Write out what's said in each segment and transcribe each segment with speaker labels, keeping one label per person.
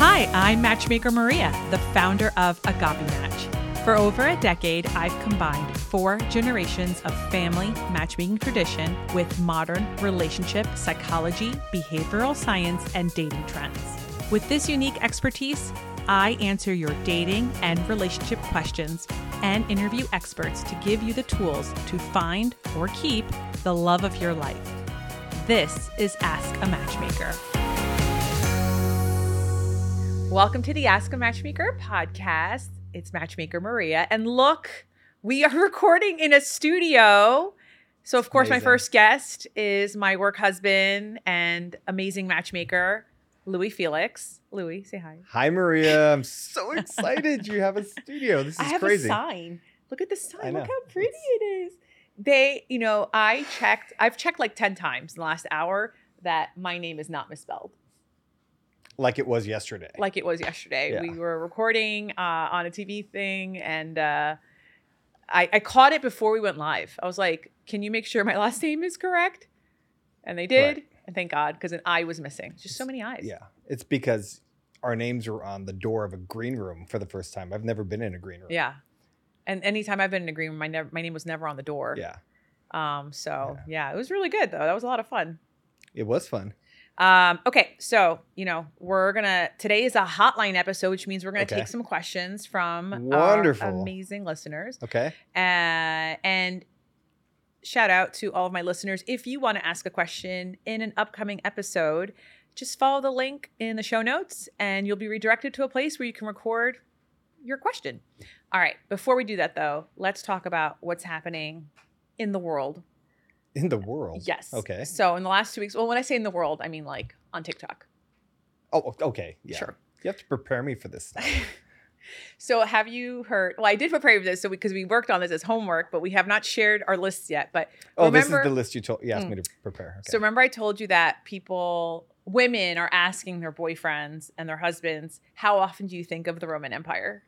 Speaker 1: I'm matchmaker Maria, the founder of Agape Match. For over a decade, I've combined four generations of family matchmaking tradition with modern relationship psychology, behavioral science, and dating trends. With this unique expertise, I answer your dating and relationship questions and interview experts to give you the tools to find or keep the love of your life. This is Ask a Matchmaker. Welcome to the Ask a Matchmaker podcast. It's Matchmaker Maria. And look, we are recording in a studio. So, of course, my
Speaker 2: Amazing.
Speaker 1: first guest is my work husband and amazing matchmaker, Louis Felix. Louis, say hi.
Speaker 2: Hi, Maria. I'm so excited you have a studio. This is
Speaker 1: I have
Speaker 2: crazy.
Speaker 1: a sign. Look at the sign. Look
Speaker 2: know.
Speaker 1: how pretty it is. They, you know, I checked, I've checked like 10 times in the last hour that my name is not misspelled
Speaker 2: Like it was yesterday.
Speaker 1: like it was yesterday.
Speaker 2: Yeah.
Speaker 1: We were recording uh, on a TV thing and uh, I, I caught it before we went live. I was like, can you make sure my last name is correct? And they did.
Speaker 2: Right.
Speaker 1: And thank God, because an eye was missing. Just so many eyes.
Speaker 2: yeah. It's because our names were on the door of a green room for the first time. I've never been in a green room.
Speaker 1: Yeah. And anytime I've been in a green room, my, nev- my name was never on the door.
Speaker 2: Yeah.
Speaker 1: Um, so yeah, it was really good though. That was a lot of fun.
Speaker 2: It was fun.
Speaker 1: Um, okay, so you know we're gonna today is a hotline episode, which means we're gonna
Speaker 2: Okay.
Speaker 1: take some questions from our
Speaker 2: Wonderful.
Speaker 1: amazing listeners.
Speaker 2: Okay.
Speaker 1: Uh, and shout out to all of my listeners. If you want to ask a question in an upcoming episode, just follow the link in the show notes, and you'll be redirected to a place where you can record your question. All right. Before we do that, though, let's talk about what's happening in the world.
Speaker 2: In the world.
Speaker 1: Yes.
Speaker 2: Okay.
Speaker 1: So in the last two weeks, well, when I say in the world, I mean like on TikTok.
Speaker 2: Oh, okay. Yeah.
Speaker 1: Sure.
Speaker 2: You have to prepare me for this stuff.
Speaker 1: So have you heard? Well, I did prepare for this, so because we, worked on this as homework, but we have not shared our lists yet. But
Speaker 2: Oh, this
Speaker 1: Remember-
Speaker 2: is the list you told you asked
Speaker 1: Mm.
Speaker 2: me to prepare. Okay.
Speaker 1: so remember, I told you that people, women, are asking their boyfriends and their husbands, "How often do you think of the Roman Empire?"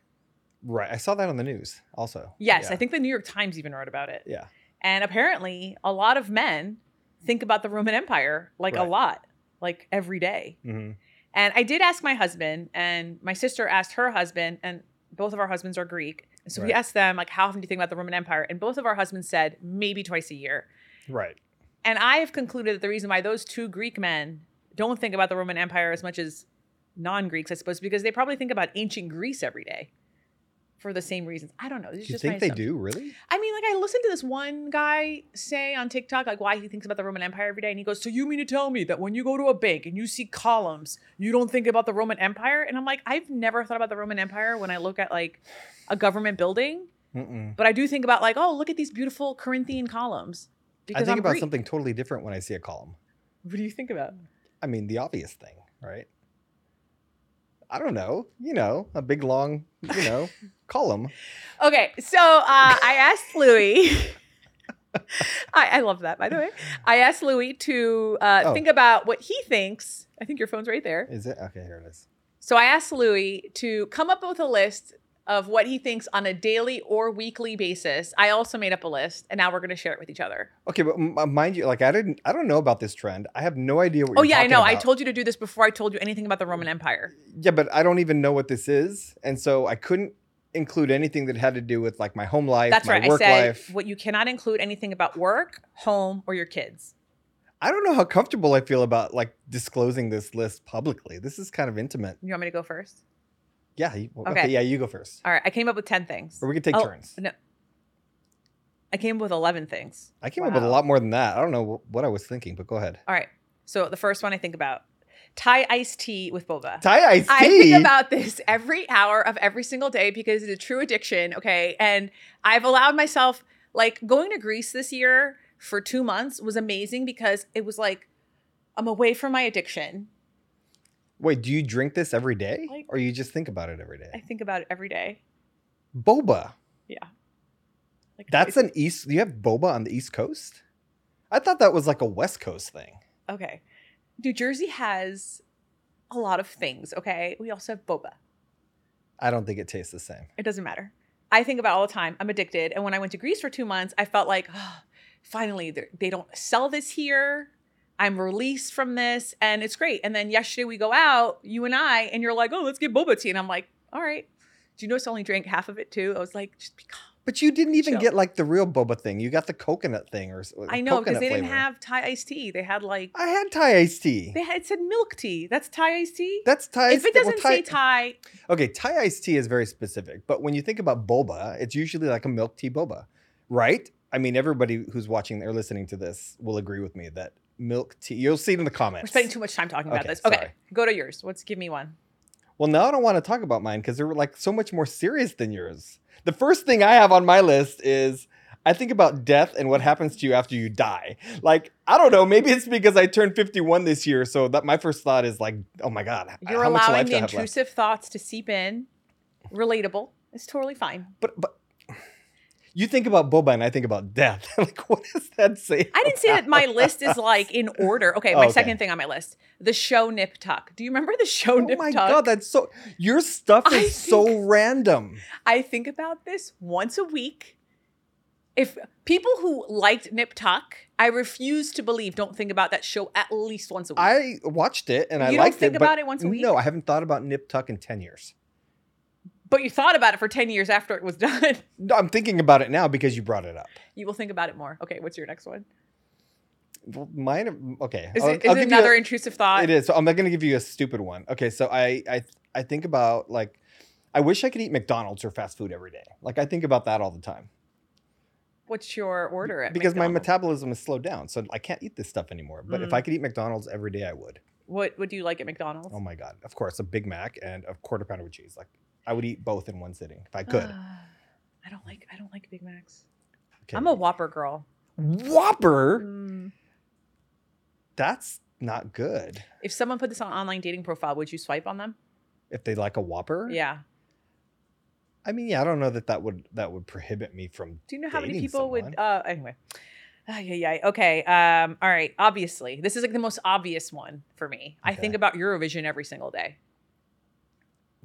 Speaker 2: right. I saw that on the news also.
Speaker 1: Yes,
Speaker 2: Yeah.
Speaker 1: I think the New York Times even wrote about it.
Speaker 2: Yeah.
Speaker 1: And apparently, a lot of men think about the Roman Empire like a
Speaker 2: Right.
Speaker 1: lot, like every day.
Speaker 2: Mhm.
Speaker 1: And I did ask my husband, and my sister asked her husband, and both of our husbands are Greek. And so we
Speaker 2: Right.
Speaker 1: asked them, like, how often do you think about the Roman Empire? And both of our husbands said, maybe twice a year.
Speaker 2: Right.
Speaker 1: And I have concluded that the reason why those two Greek men don't think about the Roman Empire as much as non Greeks, I suppose, because they probably think about ancient Greece every day for the same reasons. I don't know. This
Speaker 2: Do
Speaker 1: is
Speaker 2: you
Speaker 1: just my
Speaker 2: think they
Speaker 1: assumption.
Speaker 2: do really?
Speaker 1: I mean, like, I listened to this one guy say on TikTok, like, why he thinks about the Roman Empire every day. And he goes, So you mean to tell me that when you go to a bank and you see columns, you don't think about the Roman Empire? And I'm like, I've never thought about the Roman Empire when I look at, like, a government building.
Speaker 2: Mm-mm.
Speaker 1: But I do think about, like, oh, look at these beautiful Corinthian columns. Because
Speaker 2: I think
Speaker 1: am
Speaker 2: about
Speaker 1: Greek.
Speaker 2: something totally different when I see a column.
Speaker 1: What do you think about?
Speaker 2: I mean, the obvious thing, right? I don't know. You know, a big long, you know, column.
Speaker 1: Okay, so uh, I asked Louis. I, I love that, by the way. I asked Louis to uh,
Speaker 2: Oh.
Speaker 1: think about what he thinks. I think your phone's right there.
Speaker 2: Is it? Okay, here it is.
Speaker 1: So I asked Louis to come up with a list of what he thinks on a daily or weekly basis. I also made up a list, and now we're going to share it with each other.
Speaker 2: Okay, but m- uh, mind you, like I didn't, I don't know about this trend. I have no idea what.
Speaker 1: oh
Speaker 2: you're
Speaker 1: yeah, I
Speaker 2: talking
Speaker 1: know. I
Speaker 2: about.
Speaker 1: told you to do this before I told you anything about the Roman Empire.
Speaker 2: Yeah, but I don't even know what this is, and so I couldn't include anything that had to do with like my home life,
Speaker 1: That's
Speaker 2: my
Speaker 1: right. I
Speaker 2: work
Speaker 1: said
Speaker 2: life.
Speaker 1: what you cannot include anything about work, home, or your kids.
Speaker 2: I don't know how comfortable I feel about like disclosing this list publicly. This is kind of intimate.
Speaker 1: You want me to go first?
Speaker 2: Yeah. You, well,
Speaker 1: Okay.
Speaker 2: okay. Yeah, you go first,
Speaker 1: All right. I came up with ten things.
Speaker 2: or we could take
Speaker 1: Oh,
Speaker 2: turns.
Speaker 1: no. I came up with eleven things.
Speaker 2: I came up with a
Speaker 1: Wow.
Speaker 2: lot more than that. I don't know wh- what I was thinking, but go ahead.
Speaker 1: All right. So the first one I think about Thai iced tea with boba.
Speaker 2: Thai iced tea.
Speaker 1: I think about this every hour of every single day because it's a true addiction. Okay. And I've allowed myself, like, going to Greece this year for two months was amazing because it was like, I'm away from my addiction.
Speaker 2: Wait, do you drink this every day,
Speaker 1: Like-
Speaker 2: or you just think about it every
Speaker 1: I
Speaker 2: day?
Speaker 1: think about it every day.
Speaker 2: Boba.
Speaker 1: Like,
Speaker 2: That's an east. You have boba on the east coast. I thought that was like a west coast thing.
Speaker 1: okay. New Jersey has a lot of things. Okay. We also have boba.
Speaker 2: I don't think it tastes the same.
Speaker 1: It doesn't matter. I think about it all the time. I'm addicted. "Ah, And when I went to Greece for two months, I felt like, oh, finally, they're- they don't sell this here. I'm released from this and it's great. And then yesterday we go out, you and I, and you're like, oh, let's get boba tea. And I'm like, all right. Do you notice I only drank half of it too? I was like, just be calm.
Speaker 2: But you didn't even
Speaker 1: Chill.
Speaker 2: get like the real boba thing. You got the coconut thing or s-
Speaker 1: I know because
Speaker 2: coconut
Speaker 1: they didn't
Speaker 2: flavor.
Speaker 1: have Thai iced tea. They had like
Speaker 2: I had Thai iced tea.
Speaker 1: they had it said milk tea. That's Thai iced tea.
Speaker 2: That's Thai.
Speaker 1: if it
Speaker 2: well,
Speaker 1: doesn't say Thai,
Speaker 2: okay, Thai iced tea is very specific. But when you think about boba, it's usually like a milk tea boba, right? I mean, everybody who's watching or listening to this will agree with me that milk tea. You'll see it in the
Speaker 1: we're
Speaker 2: comments.
Speaker 1: spending too much time talking about
Speaker 2: Okay,
Speaker 1: this. Okay,
Speaker 2: sorry.
Speaker 1: go to yours. What's give me one?
Speaker 2: Well, now I don't want to talk about mine because they're like so much more serious than yours. The first thing I have on my list is I think about death and what happens to you after you die. Like, I don't know, maybe it's because I turned 51 this year. So that my first thought is like, oh my God, h-
Speaker 1: You're
Speaker 2: how much
Speaker 1: allowing
Speaker 2: life do
Speaker 1: the
Speaker 2: I have left?
Speaker 1: intrusive thoughts to seep in. Relatable. It's totally fine.
Speaker 2: But, but you think about boba and I think about death. like, what does that say?
Speaker 1: I didn't say that my list is like in order. Okay, my
Speaker 2: Okay.
Speaker 1: second thing on my list, the show nip tuck. Do you remember the show
Speaker 2: Oh
Speaker 1: nip
Speaker 2: my
Speaker 1: tuck?
Speaker 2: God, that's so, your stuff is
Speaker 1: I
Speaker 2: so
Speaker 1: think-
Speaker 2: random.
Speaker 1: I think about this once a week. If people who liked Nip Tuck, I refuse to believe, don't think about that show at least once a week.
Speaker 2: I watched it and I
Speaker 1: You don't
Speaker 2: liked
Speaker 1: think
Speaker 2: it. but
Speaker 1: about it once a week?
Speaker 2: No, I haven't thought about Nip Tuck in 10 years.
Speaker 1: but you thought about it for 10 years after it was done.
Speaker 2: No, I'm thinking about it now because you brought it up.
Speaker 1: You will think about it more. Okay, what's your next one?
Speaker 2: Well, Mine, okay.
Speaker 1: Is
Speaker 2: I'll-
Speaker 1: it,
Speaker 2: I'll
Speaker 1: is it
Speaker 2: give you a-
Speaker 1: another intrusive thought?
Speaker 2: it is. So I'm not going to give you a stupid one. Okay, so I, I, I think about like, I wish I could eat McDonald's or fast food every day. Like I think about that all the time
Speaker 1: What's your order at
Speaker 2: because my
Speaker 1: McDonald's?
Speaker 2: metabolism is slowed down, so I can't eat this stuff anymore. But if
Speaker 1: Mm.
Speaker 2: I could eat McDonald's every day, I would.
Speaker 1: What would you like at McDonald's?
Speaker 2: Oh my god! Of course, a Big Mac and a quarter pounder with cheese. Like I would eat both in one sitting if I could.
Speaker 1: Uh, I don't like I don't like Big Macs.
Speaker 2: Okay.
Speaker 1: I'm a Whopper girl.
Speaker 2: Whopper.
Speaker 1: Mm.
Speaker 2: That's not good.
Speaker 1: If someone put this on online dating profile, would you swipe on them?
Speaker 2: If they like a Whopper,
Speaker 1: Yeah.
Speaker 2: I mean, yeah, I don't know that that would that would prohibit me from
Speaker 1: Do you know how many
Speaker 2: dating
Speaker 1: people
Speaker 2: someone.
Speaker 1: would? Uh, anyway. Ah, yeah, yeah. Okay. Um, all right. Obviously, this is like the most obvious one for me. I think
Speaker 2: Okay.
Speaker 1: about Eurovision every single day,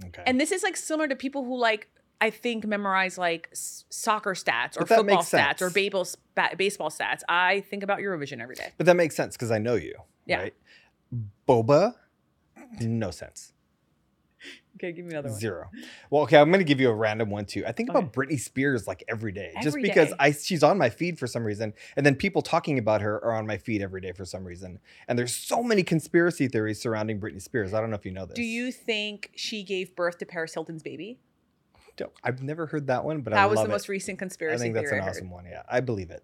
Speaker 2: Okay.
Speaker 1: and this is like similar to people who like I think memorize like s- soccer stats or
Speaker 2: But that
Speaker 1: football
Speaker 2: makes
Speaker 1: stats or
Speaker 2: sense.
Speaker 1: baseball ba- baseball stats. I think about Eurovision every day.
Speaker 2: but that makes sense because I know you.
Speaker 1: Yeah.
Speaker 2: Right? Boba, no sense.
Speaker 1: Okay, give me another one.
Speaker 2: Zero. Well, okay, I'm gonna give you a random one too. I think about Britney Spears like every day, just
Speaker 1: Every
Speaker 2: because
Speaker 1: day.
Speaker 2: I she's on my feed for some reason, and then people talking about her are on my feed every day for some reason. And there's so many conspiracy theories surrounding Britney Spears. I don't know if you know this.
Speaker 1: Do you think she gave birth to Paris Hilton's baby?
Speaker 2: No, I've never heard that one, but I
Speaker 1: that was the
Speaker 2: love it.
Speaker 1: most recent
Speaker 2: I
Speaker 1: conspiracy
Speaker 2: think that's
Speaker 1: theory.
Speaker 2: an
Speaker 1: I heard.
Speaker 2: awesome one. Yeah, I believe it.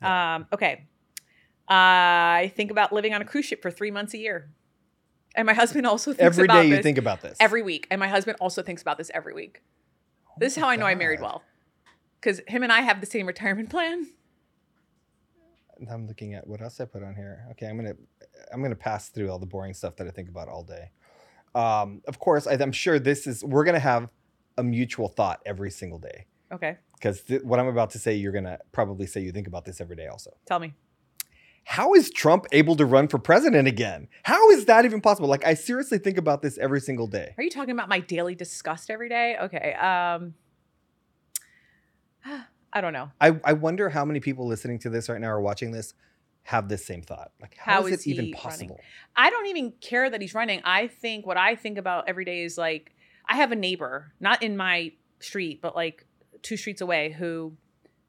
Speaker 2: Yeah.
Speaker 1: Um, okay. Uh, I think about living on a cruise ship for three months a year. And my husband also thinks
Speaker 2: Every
Speaker 1: about
Speaker 2: day you
Speaker 1: this
Speaker 2: think about this.
Speaker 1: every week. And my husband also thinks about this every week. This is
Speaker 2: my
Speaker 1: how I know I married
Speaker 2: God.
Speaker 1: well. Because him and I have the same retirement plan.
Speaker 2: I'm looking at what else I put on here. Okay, I'm gonna I'm gonna pass through all the boring stuff that I think about all day. Um, of course, I, I'm sure this is we're gonna have a mutual thought every single day
Speaker 1: Okay.
Speaker 2: because th- what I'm about to say, you're gonna probably say you think about this every day also.
Speaker 1: Tell me.
Speaker 2: How is Trump able to run for president again? How is that even possible? Like, I seriously think about this every single day.
Speaker 1: Are you talking about my daily disgust every day? Okay. Um, I don't know.
Speaker 2: I, I wonder how many people listening to this right now or watching this have this same thought. Like,
Speaker 1: How
Speaker 2: is,
Speaker 1: is
Speaker 2: it even
Speaker 1: he running?
Speaker 2: possible?
Speaker 1: I don't even care that he's running. I think what I think about every day is like I have a neighbor, not in my street, but like two streets away, who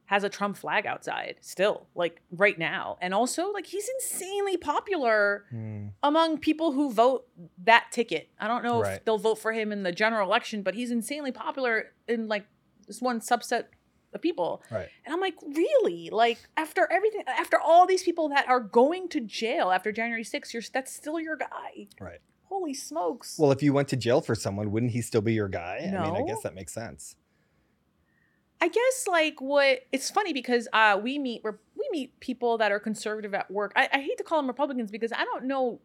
Speaker 1: has a Trump flag outside still, like right now. And also, like he's insanely popular
Speaker 2: Hmm.
Speaker 1: among people who vote that ticket. I don't know if
Speaker 2: Right.
Speaker 1: they'll vote for him in the general election, but he's insanely popular in like this one subset of people.
Speaker 2: Right.
Speaker 1: And I'm like, really? Like after everything, after all these people that are going to jail after January 6th, you're that's still your guy.
Speaker 2: Right.
Speaker 1: Holy smokes.
Speaker 2: Well, if you went to jail for someone, wouldn't he still be your guy? I mean, I
Speaker 1: No.
Speaker 2: guess that makes sense.
Speaker 1: I guess like what it's funny because uh, we meet we we meet people that are conservative at work. I, I hate to call them Republicans because I don't know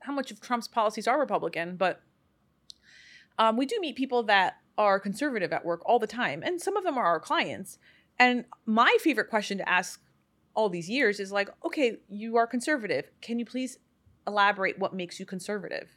Speaker 1: how much of Trump's policies are Republican, but um, we do meet people that are conservative at work all the time, and some of them are our clients. And my favorite question to ask all these years is like, okay, you are conservative. Can you please elaborate what makes you conservative?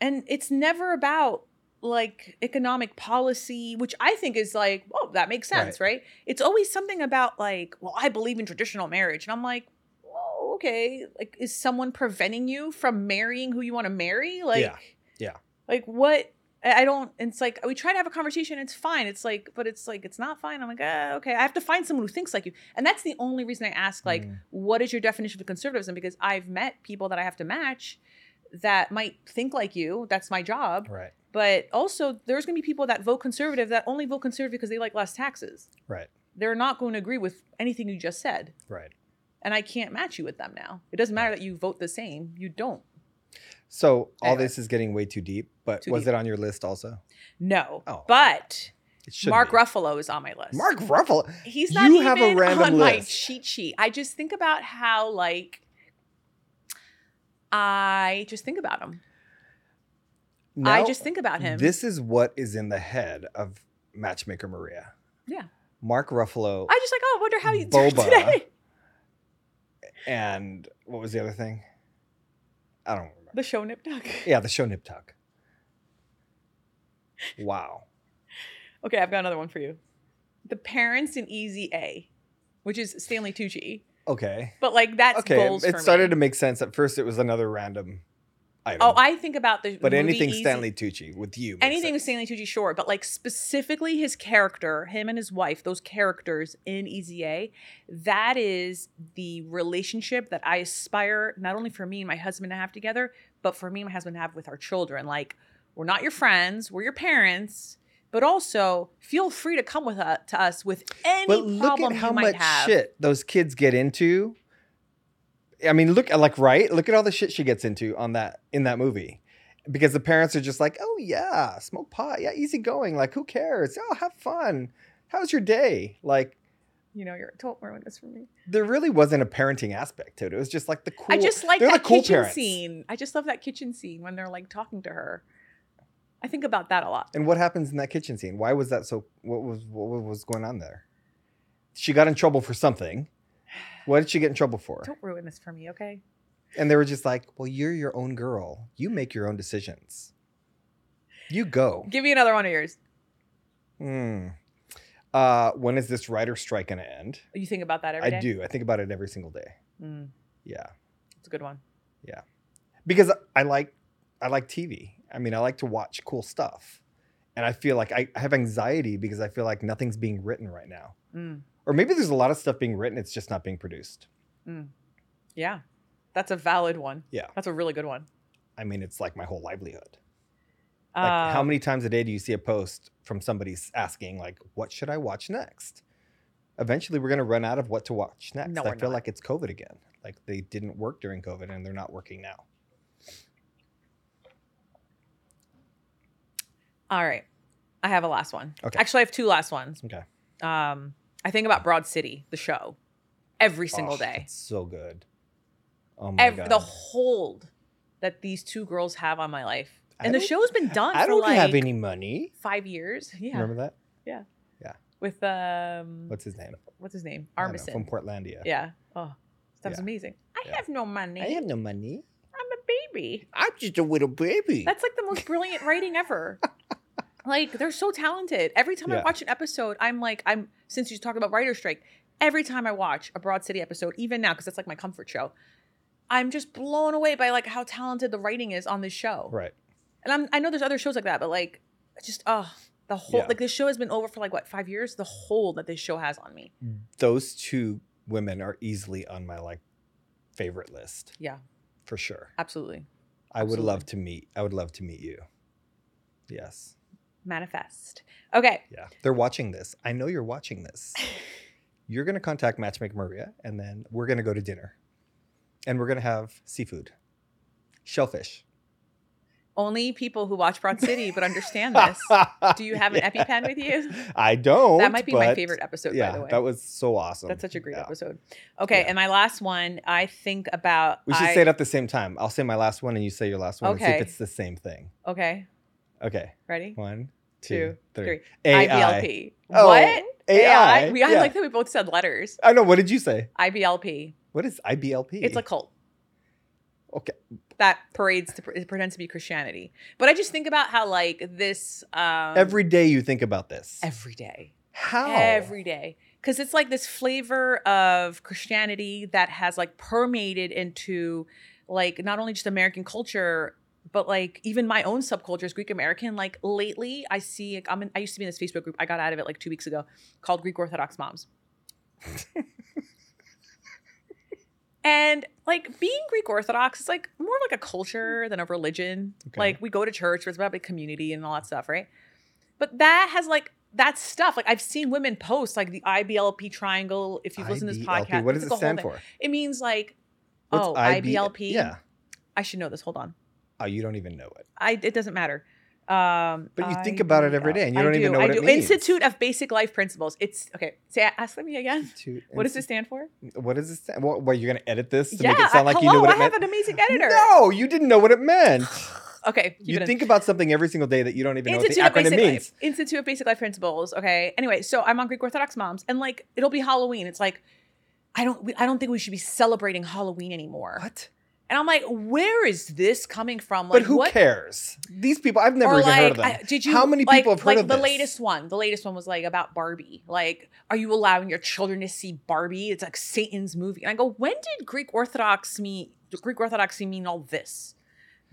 Speaker 1: And it's never about like economic policy, which I think is like, oh, that makes sense, right? It's always something about like, well, I believe in traditional marriage. And I'm like, whoa, okay, like is someone preventing you from marrying who you want to marry? Like
Speaker 2: Yeah. Yeah.
Speaker 1: Like what I I don't it's like we try to have a conversation, it's fine. It's like, but it's like it's not fine. I'm like, ah, okay, I have to find someone who thinks like you. And that's the only reason I ask, like,
Speaker 2: Mm.
Speaker 1: what is your definition of conservatism? Because I've met people that I have to match that might think like you. That's my job.
Speaker 2: Right.
Speaker 1: But also, there's going to be people that vote conservative that only vote conservative because they like less taxes.
Speaker 2: Right.
Speaker 1: They're not going to agree with anything you just said.
Speaker 2: Right.
Speaker 1: And I can't match you with them now. It doesn't matter that you vote the same, you don't.
Speaker 2: So all
Speaker 1: Anyway.
Speaker 2: this is getting way too deep, but
Speaker 1: eh, Too
Speaker 2: was
Speaker 1: deep.
Speaker 2: it on your list also?
Speaker 1: No.
Speaker 2: Oh.
Speaker 1: But
Speaker 2: It should
Speaker 1: Mark
Speaker 2: be.
Speaker 1: Ruffalo is on my list.
Speaker 2: Mark Ruffalo.
Speaker 1: He's not
Speaker 2: You
Speaker 1: even
Speaker 2: have a random
Speaker 1: on my
Speaker 2: list.
Speaker 1: cheat sheet. I just think about how like I just think about him. I
Speaker 2: Now,
Speaker 1: just think about him.
Speaker 2: This is what is in the head of matchmaker Maria.
Speaker 1: Yeah.
Speaker 2: Mark Ruffalo
Speaker 1: I just like, oh, I wonder how you did
Speaker 2: Boba.
Speaker 1: today.
Speaker 2: and what was the other thing? I don't remember.
Speaker 1: The show nip tuck.
Speaker 2: Yeah, the show Nip Tuck. Wow.
Speaker 1: Okay, I've got another one for you. The parents in Easy A, which is Stanley Tucci.
Speaker 2: Okay.
Speaker 1: But like that's
Speaker 2: okay.
Speaker 1: goals
Speaker 2: It
Speaker 1: for
Speaker 2: started to
Speaker 1: me.
Speaker 2: make sense. At first, it was another random item.
Speaker 1: Oh, I think about the
Speaker 2: but
Speaker 1: movie
Speaker 2: anything
Speaker 1: Easy-
Speaker 2: Stanley Tucci with you. makes
Speaker 1: Anything with Stanley
Speaker 2: sense.
Speaker 1: Tucci, sure, but like specifically his character, him and his wife, those characters in Easy A, that is the relationship that I aspire not only for me and my husband to have together, but for me and my husband to have with our children. Like, we're not your friends, we're your parents, but also feel free to come with uh, to us with any
Speaker 2: But look
Speaker 1: problem
Speaker 2: at how
Speaker 1: you might
Speaker 2: much
Speaker 1: have.
Speaker 2: shit those kids get into. I mean, look like right. Look at all the shit she gets into on that in that movie, because the parents are just like, "Oh yeah, smoke pot, yeah, easy going. Like, who cares? Oh, have fun. How's your day? Like,
Speaker 1: You know, you're don't ruin this for me.
Speaker 2: there really wasn't a parenting aspect to it. It was just like the cool.
Speaker 1: I just like
Speaker 2: they're
Speaker 1: that
Speaker 2: the cool
Speaker 1: kitchen
Speaker 2: parents.
Speaker 1: scene. I just love that kitchen scene when they're like talking to her. I think about that a lot.
Speaker 2: And what happens in that kitchen scene? Why was that so? What was what was going on there? She got in trouble for something. What did she get in trouble for?
Speaker 1: Don't ruin this for me, okay?
Speaker 2: And they were just like, "Well, you're your own girl. You make your own decisions. You go."
Speaker 1: Give me another one of yours.
Speaker 2: Hmm. Uh, when is this writer strike going to end?
Speaker 1: You think about that every
Speaker 2: I
Speaker 1: day?
Speaker 2: do. I think about it every single day.
Speaker 1: Mm,
Speaker 2: Yeah,
Speaker 1: it's a good one.
Speaker 2: because I like I like TV. I mean, I like to watch cool stuff, and I feel like I, I have anxiety because I feel like nothing's being written right now,
Speaker 1: Mm,
Speaker 2: or maybe there's a lot of stuff being written. It's just not being produced.
Speaker 1: yeah, that's a valid one.
Speaker 2: Yeah.
Speaker 1: that's a really good one.
Speaker 2: I mean, it's like my whole livelihood. Like, how
Speaker 1: Um,
Speaker 2: many times a day do you see a post from somebody s- asking, like, what should I watch next? Eventually, we're going to run out of what to watch next.
Speaker 1: No,
Speaker 2: I
Speaker 1: we're
Speaker 2: feel
Speaker 1: not.
Speaker 2: like it's COVID again. Like, they didn't work during COVID and they're not working now.
Speaker 1: All right, I have a last one.
Speaker 2: Okay.
Speaker 1: actually, I have two last ones.
Speaker 2: Okay.
Speaker 1: Um, I think about Broad City, the show, every single
Speaker 2: Oh,
Speaker 1: day.
Speaker 2: it's so good. Oh my
Speaker 1: Every,
Speaker 2: God.
Speaker 1: the hold that these two girls have on my life,
Speaker 2: I
Speaker 1: and the
Speaker 2: don't-
Speaker 1: show's been done
Speaker 2: I
Speaker 1: for
Speaker 2: don't
Speaker 1: like
Speaker 2: have any money.
Speaker 1: five years. Yeah,
Speaker 2: Remember that?
Speaker 1: with um, what's,
Speaker 2: What's his name?
Speaker 1: his name?
Speaker 2: I don't know,
Speaker 1: Armisen.
Speaker 2: From Portlandia.
Speaker 1: yeah. Oh, stuff's
Speaker 2: Yeah.
Speaker 1: amazing. I
Speaker 2: Yeah.
Speaker 1: have no money.
Speaker 2: I have no money.
Speaker 1: I'm a baby.
Speaker 2: I'm just a little baby.
Speaker 1: That's like the most brilliant writing ever. Like they're so talented. Every time I
Speaker 2: Yeah.
Speaker 1: watch an episode, I'm like, I'm since you talk about writer strike. Every time I watch a Broad City episode, even now because that's like my comfort show, I'm just blown away by like how talented the writing is on this show.
Speaker 2: right.
Speaker 1: And I'm I know there's other shows like that, but like it's just oh the whole
Speaker 2: Yeah.
Speaker 1: like this show has been over for like what five years. The hold that this show has on me.
Speaker 2: Those two women are easily on my, like, favorite list
Speaker 1: Yeah,
Speaker 2: for sure.
Speaker 1: absolutely.
Speaker 2: I would love
Speaker 1: Absolutely.
Speaker 2: to meet. I would love to meet you. Yes.
Speaker 1: Manifest. Okay.
Speaker 2: Yeah. They're watching this. I know you're watching this. You're gonna contact Matchmaker Maria, and then we're gonna go to dinner, and we're gonna have seafood, shellfish.
Speaker 1: Only people who watch Broad City would understand this. Do you have an EpiPen with you?
Speaker 2: I don't.
Speaker 1: That might be my
Speaker 2: but-
Speaker 1: favorite episode,
Speaker 2: Yeah,
Speaker 1: by the way.
Speaker 2: that was so awesome.
Speaker 1: That's such a great
Speaker 2: Yeah.
Speaker 1: episode. Okay,
Speaker 2: Yeah.
Speaker 1: and my last one, I think about.
Speaker 2: We should
Speaker 1: I,
Speaker 2: say it at the same time. I'll say my last one, and you say your last one, and see
Speaker 1: Okay.
Speaker 2: if it's the same thing.
Speaker 1: Okay,
Speaker 2: Okay,
Speaker 1: ready?
Speaker 2: one,
Speaker 1: Two,
Speaker 2: two, three.
Speaker 1: three.
Speaker 2: AI.
Speaker 1: IBLP.
Speaker 2: Oh,
Speaker 1: what?
Speaker 2: AI.
Speaker 1: We, I
Speaker 2: yeah.
Speaker 1: like that we both said letters.
Speaker 2: I know. What did you say?
Speaker 1: IBLP.
Speaker 2: What is IBLP?
Speaker 1: It's a cult
Speaker 2: okay.
Speaker 1: that parades to it pretends to be Christianity. But I just think about how like this um,
Speaker 2: Every day you think about this.
Speaker 1: every day,
Speaker 2: How?
Speaker 1: every day. because it's like this flavor of Christianity that has like permeated into like not only just American culture but like even my own subculture is Greek American. Like lately, I see like, I'm in, I used to be in this Facebook group. I got out of it like two weeks ago called Greek Orthodox Moms. and like being Greek Orthodox is like more like a culture than a religion.
Speaker 2: Okay.
Speaker 1: Like we go to church, it's about like community and all that stuff, right? But that has like that stuff. Like I've seen women post like the IBLP triangle. If you've listened to this
Speaker 2: IBLP.
Speaker 1: podcast,
Speaker 2: What
Speaker 1: it's
Speaker 2: does it
Speaker 1: a whole
Speaker 2: stand
Speaker 1: thing.
Speaker 2: for?
Speaker 1: It means like
Speaker 2: What's
Speaker 1: oh
Speaker 2: IB
Speaker 1: IBLP.
Speaker 2: Yeah.
Speaker 1: I should know this. Hold on.
Speaker 2: Oh, you don't even know it.
Speaker 1: I it doesn't matter. Um,
Speaker 2: But you think
Speaker 1: I
Speaker 2: about it
Speaker 1: do-
Speaker 2: every day and you
Speaker 1: I
Speaker 2: don't
Speaker 1: do,
Speaker 2: even know
Speaker 1: I
Speaker 2: what it
Speaker 1: do.
Speaker 2: means.
Speaker 1: Institute of Basic Life Principles. It's okay. Say, ask me again.
Speaker 2: To-
Speaker 1: What does it stand for?
Speaker 2: What does it stand? What, what you're gonna edit this to
Speaker 1: yeah,
Speaker 2: make it sound
Speaker 1: I-
Speaker 2: like
Speaker 1: hello.
Speaker 2: you knew what
Speaker 1: I
Speaker 2: it
Speaker 1: have
Speaker 2: meant?
Speaker 1: an amazing editor.
Speaker 2: No, you didn't know what it meant.
Speaker 1: Okay, keep
Speaker 2: you
Speaker 1: it in.
Speaker 2: think about something every single day that you don't even know what the
Speaker 1: Institute of
Speaker 2: acronym
Speaker 1: Basic
Speaker 2: means.
Speaker 1: Life, Institute of Basic Life Principles. Okay. Anyway, so I'm on Greek Orthodox moms, and like it'll be Halloween. It's like I don't we, I don't think we should be celebrating Halloween anymore.
Speaker 2: What?
Speaker 1: And I'm like, where is this coming from? Like,
Speaker 2: but who
Speaker 1: what
Speaker 2: cares? These people, I've never
Speaker 1: or
Speaker 2: even
Speaker 1: like,
Speaker 2: heard of them.
Speaker 1: I- did you?
Speaker 2: How many
Speaker 1: like-
Speaker 2: people have heard
Speaker 1: like
Speaker 2: of
Speaker 1: the
Speaker 2: this?
Speaker 1: latest one? The latest one was like about Barbie. Like, are you allowing your children to see Barbie? It's like Satan's movie. And I go, when did Greek Orthodox mean Greek Orthodoxy mean all this?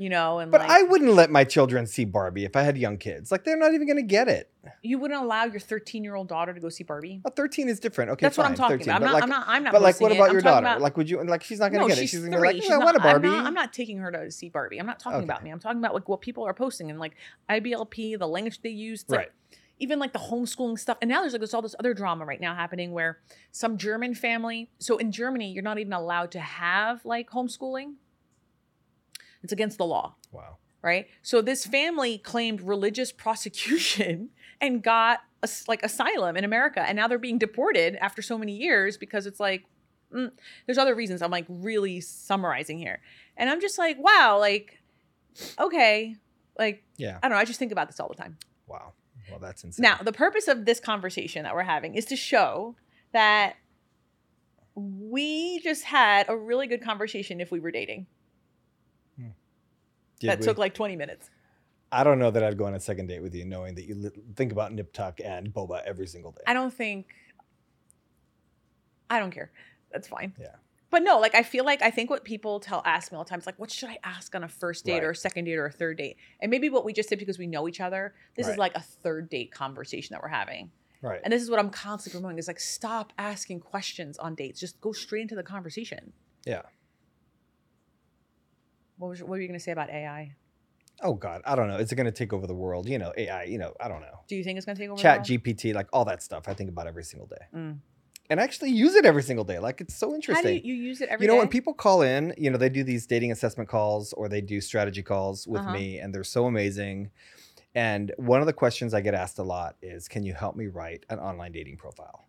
Speaker 1: You know, and
Speaker 2: but
Speaker 1: like,
Speaker 2: I wouldn't let my children see Barbie if I had young kids. Like they're not even gonna get it.
Speaker 1: you wouldn't allow your 13 year old daughter to go see Barbie.
Speaker 2: Well, thirteen is different. Okay,
Speaker 1: That's what I'm
Speaker 2: fine,
Speaker 1: talking
Speaker 2: 13,
Speaker 1: about. I'm
Speaker 2: but
Speaker 1: not,
Speaker 2: like,
Speaker 1: I'm not. I'm not.
Speaker 2: but like,
Speaker 1: posting
Speaker 2: what
Speaker 1: it.
Speaker 2: about
Speaker 1: I'm
Speaker 2: your
Speaker 1: talking
Speaker 2: daughter?
Speaker 1: about-
Speaker 2: like, would you? Like, she's not gonna
Speaker 1: no,
Speaker 2: get it.
Speaker 1: she's,
Speaker 2: She's
Speaker 1: three.
Speaker 2: gonna be like,
Speaker 1: she's
Speaker 2: "Yeah, I
Speaker 1: not,
Speaker 2: want a Barbie.
Speaker 1: I'm not, I'm not taking her to see Barbie. I'm not talking
Speaker 2: Okay.
Speaker 1: about me. I'm talking about like what people are posting and like IBLP, the language they use. It's like,
Speaker 2: right.
Speaker 1: even like the homeschooling stuff. And now there's like there's all this other drama right now happening where some German family. So in Germany, you're not even allowed to have like homeschooling. It's against the law,
Speaker 2: Wow.
Speaker 1: right? So this family claimed religious prosecution and got as- like asylum in America, and now they're being deported after so many years because it's like mm, there's other reasons. I'm like really summarizing here, and I'm just like, wow, like okay, like
Speaker 2: Yeah.
Speaker 1: I don't know. I just think about this all the time.
Speaker 2: Wow. Well, that's insane.
Speaker 1: Now, the purpose of this conversation that we're having is to show that we just had a really good conversation if we were dating.
Speaker 2: Did
Speaker 1: that
Speaker 2: we-
Speaker 1: took like 20 minutes.
Speaker 2: I don't know that I'd go on a second date with you, knowing that you li- think about Nip Tuck and Boba every single day.
Speaker 1: I don't think I don't care. That's fine.
Speaker 2: Yeah.
Speaker 1: But no, like I feel like I think what people tell ask me all the time is like, what should I ask on a first date
Speaker 2: Right.
Speaker 1: or a second date or a third date? And maybe what we just did because we know each other, this is
Speaker 2: Right.
Speaker 1: like a third date conversation that we're having.
Speaker 2: right.
Speaker 1: And this is what I'm constantly promoting is like stop asking questions on dates. Just go straight into the conversation.
Speaker 2: Yeah.
Speaker 1: What was what were you gonna say about AI?
Speaker 2: Oh God, I don't know. Is it going to take over the world? You know, AI. You know, I don't know.
Speaker 1: Do you think it's gonna take over? the
Speaker 2: Chat
Speaker 1: world?
Speaker 2: GPT, like all that stuff. I think about every single day,
Speaker 1: Mm.
Speaker 2: and I actually use it every single day. Like it's so
Speaker 1: How
Speaker 2: interesting.
Speaker 1: do you, you use it every
Speaker 2: you know,
Speaker 1: day?
Speaker 2: when people call in, you know, they do these dating assessment calls or they do strategy calls with
Speaker 1: Uh-huh.
Speaker 2: me, and they're so amazing. And one of the questions I get asked a lot is, "Can you help me write an online dating profile?"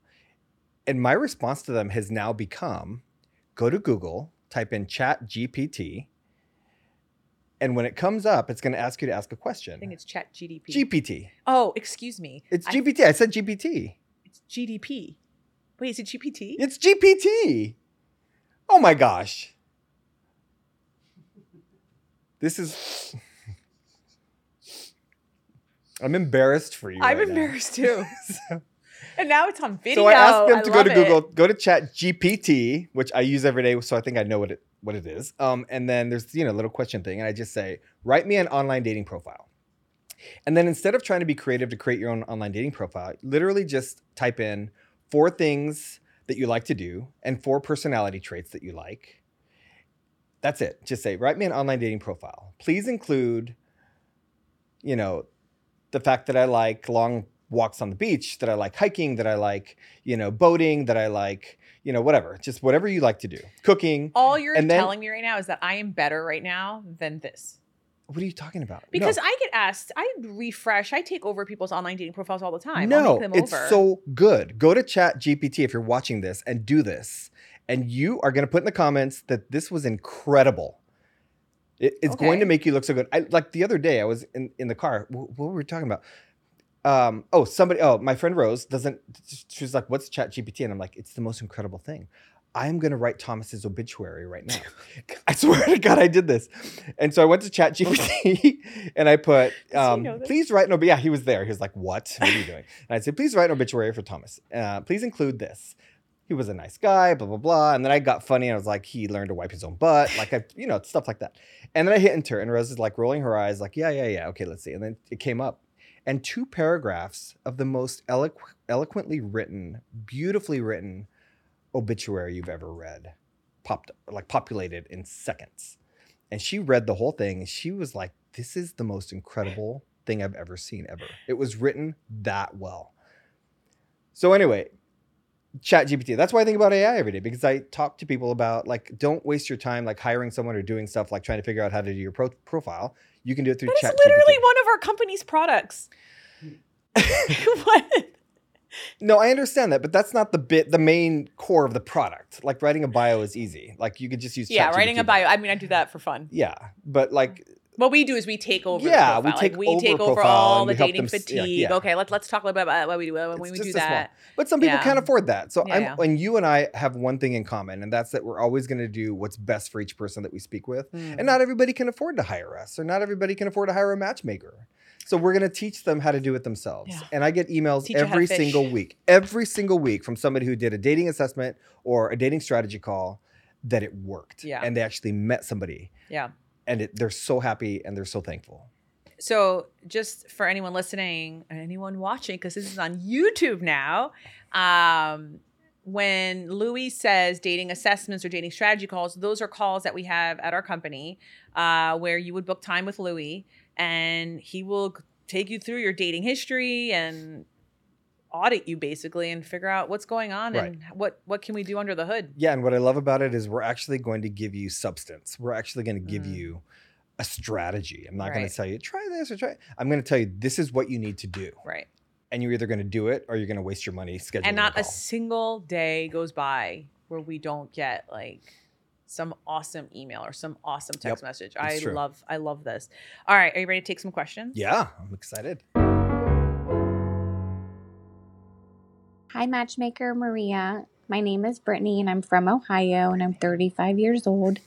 Speaker 2: And my response to them has now become, "Go to Google, type in Chat GPT, and when it comes up, it's going to ask you to
Speaker 1: I
Speaker 2: ask a
Speaker 1: think
Speaker 2: question."
Speaker 1: it's Chat GDP.
Speaker 2: GPT.
Speaker 1: oh, excuse me.
Speaker 2: It's
Speaker 1: I-
Speaker 2: GPT. I said GPT.
Speaker 1: it's GDP. Wait, is it GPT?
Speaker 2: It's GPT. Oh my gosh. This is. I'm embarrassed for you.
Speaker 1: I'm
Speaker 2: right now.
Speaker 1: embarrassed too.
Speaker 2: So-
Speaker 1: and now it's on video.
Speaker 2: So I asked them to go
Speaker 1: love
Speaker 2: to
Speaker 1: it.
Speaker 2: Google, go to Chat GPT, which I use every day, so I think I know what it what it is. Um, and then there's you know a little question thing, and I just say, write me an online dating profile. And then instead of trying to be creative to create your own online dating profile, literally just type in four things that you like to do and four personality traits that you like. That's it. Just say, write me an online dating profile. Please include, you know, the fact that I like long walks on the beach, that I like hiking, that I like, you know, boating, that I like, you know, whatever. Just whatever you like to do. Cooking.
Speaker 1: All you're
Speaker 2: And then-
Speaker 1: telling me right now is that I am better right now than this.
Speaker 2: What are you talking about?
Speaker 1: Because
Speaker 2: no.
Speaker 1: I get asked, I refresh, I take over people's online dating profiles all the time. I'll
Speaker 2: no,
Speaker 1: make them
Speaker 2: it's
Speaker 1: over.
Speaker 2: so good. Go to Chat GPT if you're watching this and do this. And you are going to put in the comments that this was incredible. It- it's going
Speaker 1: Okay.
Speaker 2: to make you look so good. I, like the other day, I was in, in the car. Wh- what were we talking about? Um, oh, somebody, oh, my friend Rose doesn't, she's like, what's Chat GPT? And I'm like, it's the most incredible thing. I am going to write Thomas's obituary right now. I swear to God, I did this. And so I went to ChatGPT and I put,
Speaker 1: Does he
Speaker 2: um,
Speaker 1: know this?
Speaker 2: please write an obituary. Yeah, he was there. He was like, what? What are you doing? And I said, please write an obituary for Thomas. Uh, please include this. He was a nice guy, blah, blah, blah. And then I got funny and I was like, he learned to wipe his own butt. Like, I, you know, stuff like that. And then I hit enter and Rose is like rolling her eyes, like, yeah, yeah, yeah. Okay, let's see. And then it came up. And two paragraphs of the most eloqu- eloquently written, beautifully written obituary you've ever read popped like populated in seconds and she read the whole thing and she was like this is the most incredible thing i've ever seen ever it was written that well so anyway chat gpt that's why i think about ai every day because i talk to people about like don't waste your time like hiring someone or doing stuff like trying to figure out how to do your pro- profile you can do it through
Speaker 1: That is
Speaker 2: chat
Speaker 1: literally one of our company's products. what?
Speaker 2: No, I understand that, but that's not the bit, the main core of the product. Like writing a bio is easy. Like you could just use.
Speaker 1: Yeah,
Speaker 2: ChatGPT.
Speaker 1: writing a bio. I mean, I do that for fun.
Speaker 2: Yeah, but like
Speaker 1: What we do is we take over.
Speaker 2: Yeah,
Speaker 1: the
Speaker 2: we
Speaker 1: profile.
Speaker 2: take
Speaker 1: like, we
Speaker 2: over
Speaker 1: take over
Speaker 2: profile
Speaker 1: all
Speaker 2: and
Speaker 1: the
Speaker 2: we help
Speaker 1: dating
Speaker 2: them s-
Speaker 1: fatigue.
Speaker 2: yeah, yeah.
Speaker 1: Okay, let's let's talk a little bit about what we do uh, when
Speaker 2: It's
Speaker 1: we
Speaker 2: just
Speaker 1: do
Speaker 2: a small-
Speaker 1: that.
Speaker 2: But some people
Speaker 1: Yeah.
Speaker 2: can't afford that. So I'm
Speaker 1: Yeah.
Speaker 2: and you and I have one thing in common, and that's that we're always going to do what's best for each person that we speak with.
Speaker 1: Mm.
Speaker 2: And not everybody can afford to hire us, or not everybody can afford to hire a matchmaker. So we're going to teach them how to do it themselves.
Speaker 1: Yeah.
Speaker 2: And I get emails
Speaker 1: Teach you how to
Speaker 2: every
Speaker 1: fish.
Speaker 2: single week, every single week from somebody who did a dating assessment or a dating strategy call that it worked.
Speaker 1: Yeah.
Speaker 2: And they actually met somebody.
Speaker 1: Yeah.
Speaker 2: And it, they're so happy and they're so thankful.
Speaker 1: so just for anyone listening and anyone watching because this is on youtube now um, when louis says dating assessments or dating strategy calls those are calls that we have at our company uh, where you would book time with louis and he will g- take you through your dating history and audit you basically and figure out what's going on and what what can we do under the hood
Speaker 2: Yeah, and what I love about it is we're actually going to give you substance. We're actually going to give
Speaker 1: Mm.
Speaker 2: you a strategy. I'm not going
Speaker 1: Right.
Speaker 2: to tell you try this or try. I'm going to tell you this is what you need to do,
Speaker 1: right
Speaker 2: and you're either going to do it or you're going to waste your money scheduling.
Speaker 1: and not
Speaker 2: a
Speaker 1: a
Speaker 2: call.
Speaker 1: single day goes by where we don't get like some awesome email or some awesome text message. I
Speaker 2: true.
Speaker 1: love I love this. All right, are you ready to take some questions?
Speaker 2: yeah, I'm excited.
Speaker 3: Hi, matchmaker Maria. My name is Brittany, and I'm from Ohio, and I'm 35 years old.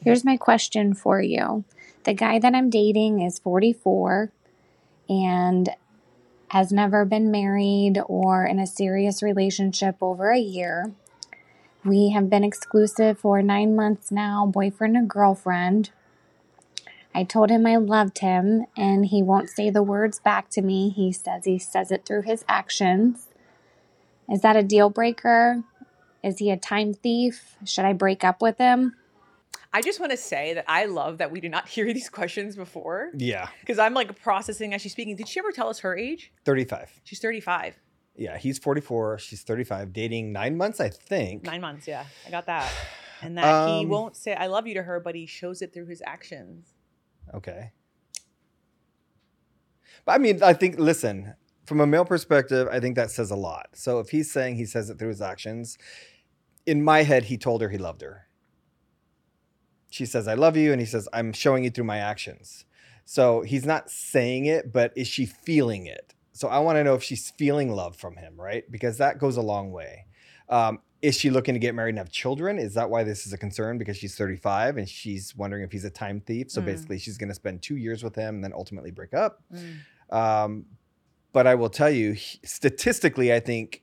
Speaker 3: Here's my question for you The guy that I'm dating is 44 and has never been married or in a serious relationship over a year. We have been exclusive for nine months now, boyfriend and girlfriend. I told him I loved him, and he won't say the words back to me. He says he says it through his actions. Is that a deal breaker? Is he a time thief? Should I break up with him?
Speaker 1: I just want to say that I love that we did not hear these questions before
Speaker 2: Yeah,
Speaker 1: because I'm like processing as she's speaking. Did she ever tell us her age?
Speaker 2: 35.
Speaker 1: She's 35,
Speaker 2: Yeah, he's 44. She's 35. Dating nine months, I think.
Speaker 1: nine months. Yeah, I got that. And that he
Speaker 2: Um,
Speaker 1: won't say I love you to her, but he shows it through his actions.
Speaker 2: Okay. But I mean, I think, listen, from a male perspective, I think that says a lot. So if he's saying he says it through his actions, in my head, he told her he loved her. She says, I love you. And he says, I'm showing you through my actions. So he's not saying it, but is she feeling it? So I want to know if she's feeling love from him, right? Because that goes a long way. Um, is she looking to get married and have children? Is that why this is a concern? Because she's 35 and she's wondering if he's a time thief. So
Speaker 1: Mm.
Speaker 2: basically, she's going to spend two years with him and then ultimately break up.
Speaker 1: Mm.
Speaker 2: Um, but I will tell you, he- statistically, I think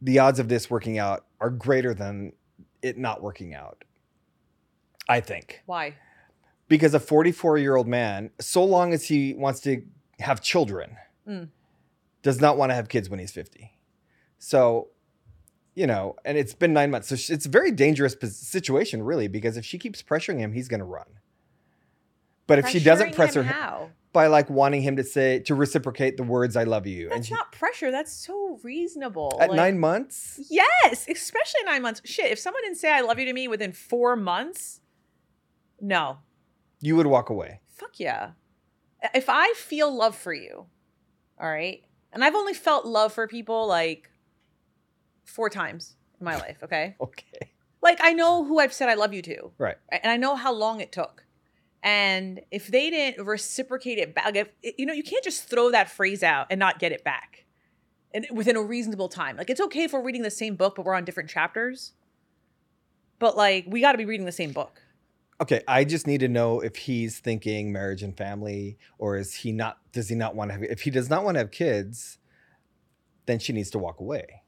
Speaker 2: the odds of this working out are greater than it not working out. I think
Speaker 1: Why?
Speaker 2: because a 44 year old man, so long as he wants to have children,
Speaker 1: Mm.
Speaker 2: does not want to have kids when he's 50. So, you know, and it's been nine months. So sh- it's a very dangerous pos- situation, really, because if she keeps pressuring him, he's going to run. But if she doesn't
Speaker 1: Pressuring
Speaker 2: pressure
Speaker 1: him,
Speaker 2: him,
Speaker 1: how?
Speaker 2: by like wanting him to say to reciprocate the words "I love you,"
Speaker 1: That's
Speaker 2: she-
Speaker 1: not pressure. That's so reasonable.
Speaker 2: at
Speaker 1: Like-
Speaker 2: nine months,
Speaker 1: Yes, especially nine months. Shit, if someone didn't say I love you to me within four months, no.
Speaker 2: you would walk away.
Speaker 1: Fuck yeah. If I feel love for you, all right, and I've only felt love for people like four times in my life, okay?
Speaker 2: Okay,
Speaker 1: Like I know who I've said I love you to.
Speaker 2: Right.
Speaker 1: And I know how long it took. And if they didn't reciprocate it back, if, you know, you can't just throw that phrase out and not get it back. And within a reasonable time. Like it's okay if we're reading the same book, but we're on different chapters. but like we got to be reading the same book.
Speaker 2: Okay, I just need to know if he's thinking marriage and family, or is he not? Does he not want to have? If he does not want to have kids, then she needs to walk away.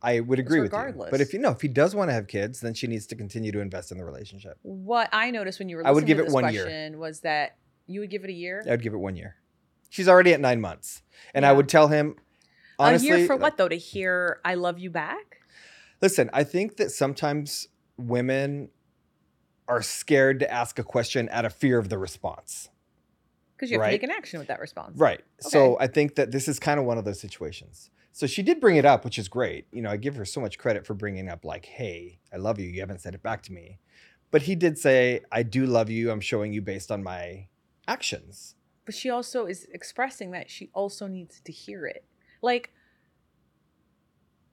Speaker 2: I would agree with you.
Speaker 1: regardless.
Speaker 2: But if you know if he does want to have kids, then she needs to continue to invest in the relationship.
Speaker 1: What I noticed when you were listening
Speaker 2: I would give
Speaker 1: to
Speaker 2: it
Speaker 1: this
Speaker 2: one year.
Speaker 1: question was that you would give it a year.
Speaker 2: I'd give it one year. She's already at nine months, and I
Speaker 1: Yeah.
Speaker 2: would tell him honestly. uh
Speaker 1: a year for what though? To hear "I love you" back.
Speaker 2: Listen, I think that sometimes women are scared to ask a question out of fear of the response.
Speaker 1: Because you have
Speaker 2: Right.
Speaker 1: to take an action with that response.
Speaker 2: Right. So I think that this is kind of one of those situations. So she did bring it up, which is great. You know, I give her so much credit for bringing up, like, hey, I love you. You haven't said it back to me. But he did say, I do love you. I'm showing you based on my actions.
Speaker 1: But she also is expressing that she also needs to hear it. Like,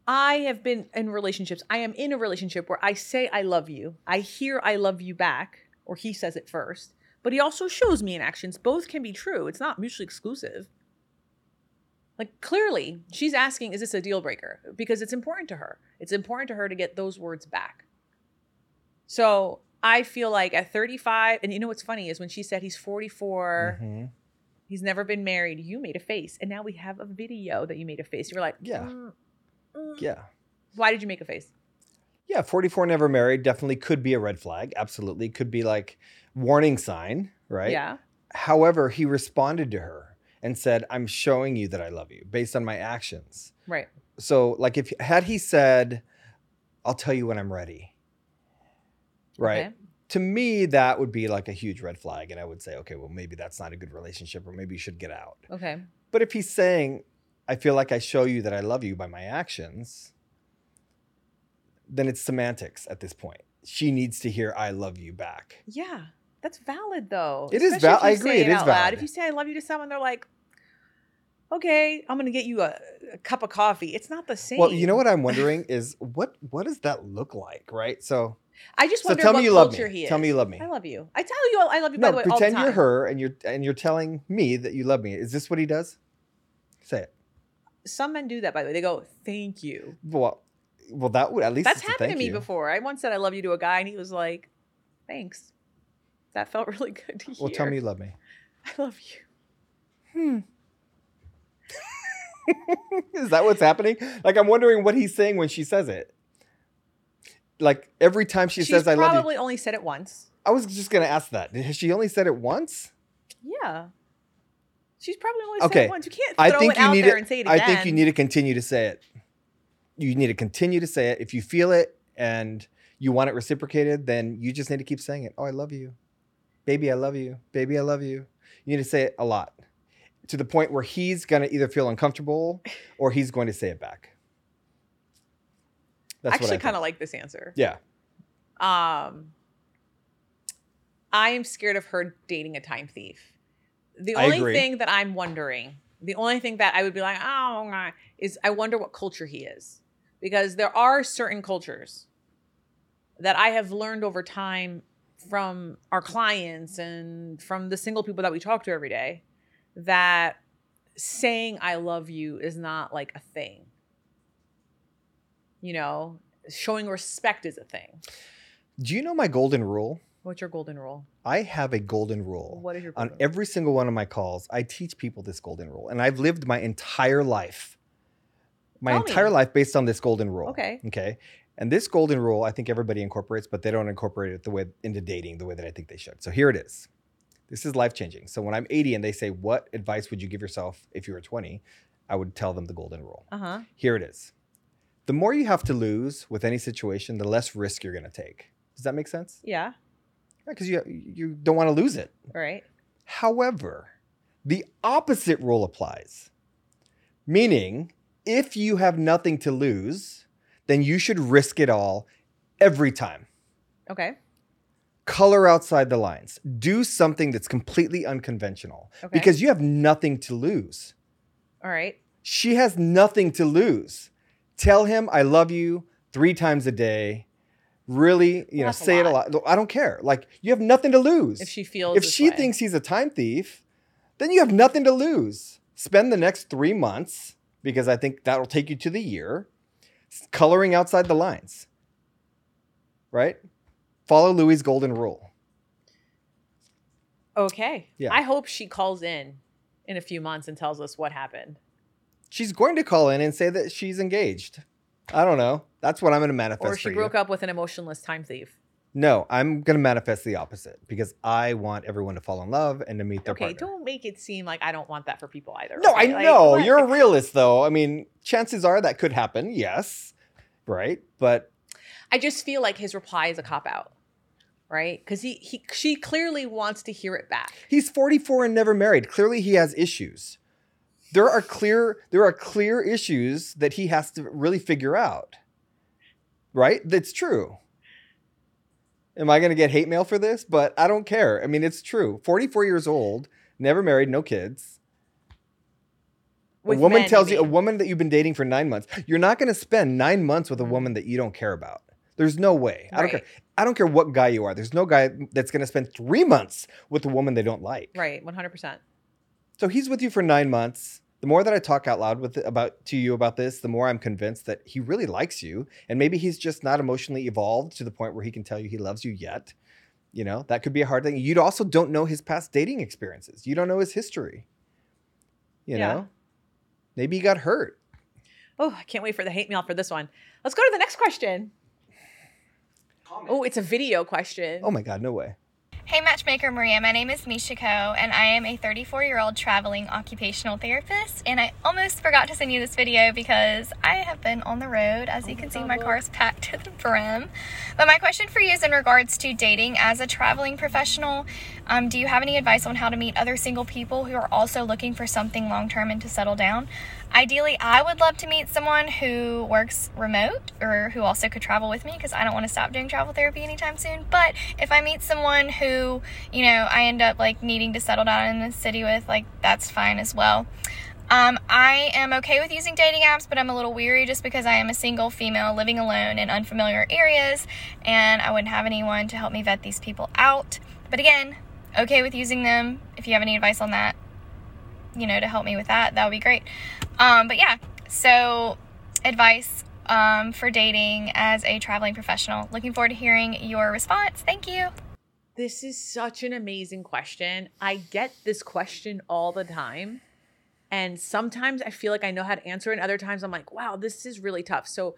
Speaker 1: I have been in relationships. I am in a relationship where I say I love you. I hear I love you back, or he says it first, but he also shows me in actions. Both can be true. It's not mutually exclusive. Like, clearly, she's asking, is this a deal breaker? Because it's important to her. It's important to her to get those words back. So I feel like at 35, and you know what's funny is when she said he's 44.
Speaker 2: Mhm.
Speaker 1: He's never been married. You made a face, and now we have a video that you made a face. You're like,
Speaker 2: Yeah.
Speaker 1: "Mm, mm."
Speaker 2: Yeah.
Speaker 1: Why did you make a face?
Speaker 2: Yeah. 44 never married definitely could be a red flag. Absolutely. Could be like warning sign, right?
Speaker 1: Yeah.
Speaker 2: However, he responded to her and said, I'm showing you that I love you based on my actions.
Speaker 1: Right.
Speaker 2: So, like, if had he said, I'll tell you when I'm ready, right?
Speaker 1: Okay.
Speaker 2: To me, that would be like a huge red flag. And I would say, okay, well, maybe that's not a good relationship or maybe you should get out.
Speaker 1: Okay.
Speaker 2: But if he's saying, I feel like I show you that I love you by my actions, then it's semantics at this point. She needs to hear I love you back.
Speaker 1: Yeah. That's valid though.
Speaker 2: It is
Speaker 1: Especially
Speaker 2: val-
Speaker 1: if you
Speaker 2: I agree,
Speaker 1: say
Speaker 2: it is
Speaker 1: out
Speaker 2: valid.
Speaker 1: Loud. If you say I love you to someone, they're like, Okay, I'm gonna get you a, a cup of coffee. It's not the same.
Speaker 2: Well, you know what I'm wondering is what what does that look like, right? So,
Speaker 1: I just
Speaker 2: so
Speaker 1: wonder
Speaker 2: tell
Speaker 1: what
Speaker 2: me you love
Speaker 1: culture
Speaker 2: me.
Speaker 1: he is.
Speaker 2: Tell me you love me.
Speaker 1: I love you. I tell you I love you
Speaker 2: No,
Speaker 1: by the way. all the
Speaker 2: pretend
Speaker 1: time.
Speaker 2: you're her and you're and you're telling me that you love me. Is this what he does? Say it.
Speaker 1: Some men do that by the way. They go, Thank you.
Speaker 2: Well, well, that would at least
Speaker 1: That's
Speaker 2: it's a
Speaker 1: happened to
Speaker 2: thank
Speaker 1: me
Speaker 2: you.
Speaker 1: before. I once said I love you to a guy, and he was like, "Thanks, that felt really good to hear."
Speaker 2: Well, tell me you love me.
Speaker 1: I love you.
Speaker 2: Is that what's happening? Like I'm wondering what he's saying when she says it. Like every time she
Speaker 1: She's
Speaker 2: says "I love you,"
Speaker 1: probably only said it once.
Speaker 2: I was just gonna ask that. Has she only said it once?
Speaker 1: Yeah, she's probably only said
Speaker 2: Okay.
Speaker 1: it once. You can't throw
Speaker 2: I think
Speaker 1: it
Speaker 2: you
Speaker 1: out
Speaker 2: need
Speaker 1: there
Speaker 2: to,
Speaker 1: and say it again.
Speaker 2: I think you need to continue to say it. You need to continue to say it. If you feel it and you want it reciprocated, then you just need to keep saying it. Oh, I love you. Baby, I love you. Baby, I love you. You need to say it a lot to the point where he's going to either feel uncomfortable or he's going to say it back.
Speaker 1: I
Speaker 2: That's
Speaker 1: actually
Speaker 2: what I kind
Speaker 1: kind of like this answer.
Speaker 2: Yeah.
Speaker 1: Um, I am scared of her dating a time thief. The
Speaker 2: I
Speaker 1: only
Speaker 2: agree.
Speaker 1: thing that I'm wondering, the only thing that I would be like, oh, nah," is I wonder what culture he is. Because there are certain cultures that I have learned over time from our clients and from the single people that we talk to every day that saying I love you is not like a thing. You know, showing respect is a thing.
Speaker 2: Do you know my golden rule?
Speaker 1: What's your golden rule?
Speaker 2: I have a golden rule.
Speaker 1: What is your
Speaker 2: on
Speaker 1: golden rule?
Speaker 2: every single one of my calls, I teach people this golden rule, and I've lived my entire life, my
Speaker 1: Tell me.
Speaker 2: entire life based on this golden rule.
Speaker 1: Okay.
Speaker 2: Okay. And this golden rule, I think everybody incorporates, but they don't incorporate it the way into dating the way that I think they should. So here it is. This is life changing. So when I'm 80 and they say, "What advice would you give yourself if you were 20?" I would tell them the golden rule.
Speaker 1: Uh huh.
Speaker 2: Here it is. The more you have to lose with any situation, the less risk you're going to take. Does that make sense?
Speaker 1: Yeah.
Speaker 2: Because you you don't want to lose it.
Speaker 1: All right.
Speaker 2: However, the opposite rule applies. Meaning, if you have nothing to lose, then you should risk it all every time.
Speaker 1: Okay.
Speaker 2: Color outside the lines. Do something that's completely unconventional
Speaker 1: Okay.
Speaker 2: because you have nothing to lose.
Speaker 1: All right.
Speaker 2: She has nothing to lose. Tell him I love you three times a day. Really, you know,
Speaker 1: that's a
Speaker 2: say it a lot. I don't care. Like you have nothing to lose
Speaker 1: If she feels.
Speaker 2: if
Speaker 1: this
Speaker 2: she
Speaker 1: way.
Speaker 2: thinks he's a time thief, then you have nothing to lose. Spend the next three months because I think that'll take you to the year s- coloring outside the lines. Right? Follow Louis' golden rule.
Speaker 1: Okay.
Speaker 2: Yeah.
Speaker 1: I hope she calls in in a few months and tells us what happened.
Speaker 2: She's going to call in and say that she's engaged. I don't know. That's what I'm going to manifest.
Speaker 1: or she
Speaker 2: for
Speaker 1: broke
Speaker 2: you.
Speaker 1: up with an emotionless time thief.
Speaker 2: No, I'm going to manifest the opposite because I want everyone to fall in love and to meet their
Speaker 1: okay,
Speaker 2: partner.
Speaker 1: don't make it seem like I don't want that for people either.
Speaker 2: No, I
Speaker 1: okay? Like,
Speaker 2: know.
Speaker 1: what?
Speaker 2: You're a realist, though. I mean, chances are that could happen. Yes. Right. But
Speaker 1: I just feel like his reply is a cop out, right? Because he, he she clearly wants to hear it back.
Speaker 2: he's 44 and never married. Clearly, he has issues. There are clear there are clear issues that he has to really figure out. Right? That's true. Am I going to get hate mail for this? But I don't care. I mean, it's true. 44 years old, never married, no kids.
Speaker 1: With
Speaker 2: a woman
Speaker 1: men,
Speaker 2: tells you, a
Speaker 1: mean.
Speaker 2: woman that you've been dating for nine months, you're not going to spend nine months with a woman that you don't care about. There's no way. I don't
Speaker 1: Right.
Speaker 2: care. I don't care what guy you are. There's no guy that's going to spend three months with a woman they don't like.
Speaker 1: Right, one hundred percent.
Speaker 2: So he's with you for nine months. The more that I talk out loud with about to you about this, the more I'm convinced that he really likes you, and maybe he's just not emotionally evolved to the point where he can tell you he loves you yet. You know that could be a hard thing. You also don't know his past dating experiences. You don't know his history. You
Speaker 1: Yeah.
Speaker 2: know, maybe he got hurt.
Speaker 1: Oh, I can't wait for the hate mail for this one. Let's go to the next question. Oh, it's a video question.
Speaker 2: Oh my God, no way.
Speaker 4: Hey, Matchmaker Maria, my name is Misha Ko, and I am a 34 year old traveling occupational therapist. And I almost forgot to send you this video because I have been on the road. As you can see, my car is packed to the brim. But my question for you is in regards to dating as a traveling professional. Um, do you have any advice on how to meet other single people who are also looking for something long term and to settle down? Ideally, I would love to meet someone who works remote or who also could travel with me because I don't want to stop doing travel therapy anytime soon. But if I meet someone who, you know, I end up like needing to settle down in the city with, like that's fine as well. Um, I am okay with using dating apps, but I'm a little weary just because I am a single female living alone in unfamiliar areas and I wouldn't have anyone to help me vet these people out. But again, okay with using them. If you have any advice on that, you know, to help me with that, that would be great. Um, but yeah, so advice um, for dating as a traveling professional. Looking forward to hearing your response. Thank you.
Speaker 1: This is such an amazing question. I get this question all the time. And sometimes I feel like I know how to answer it. And other times I'm like, wow, this is really tough. So,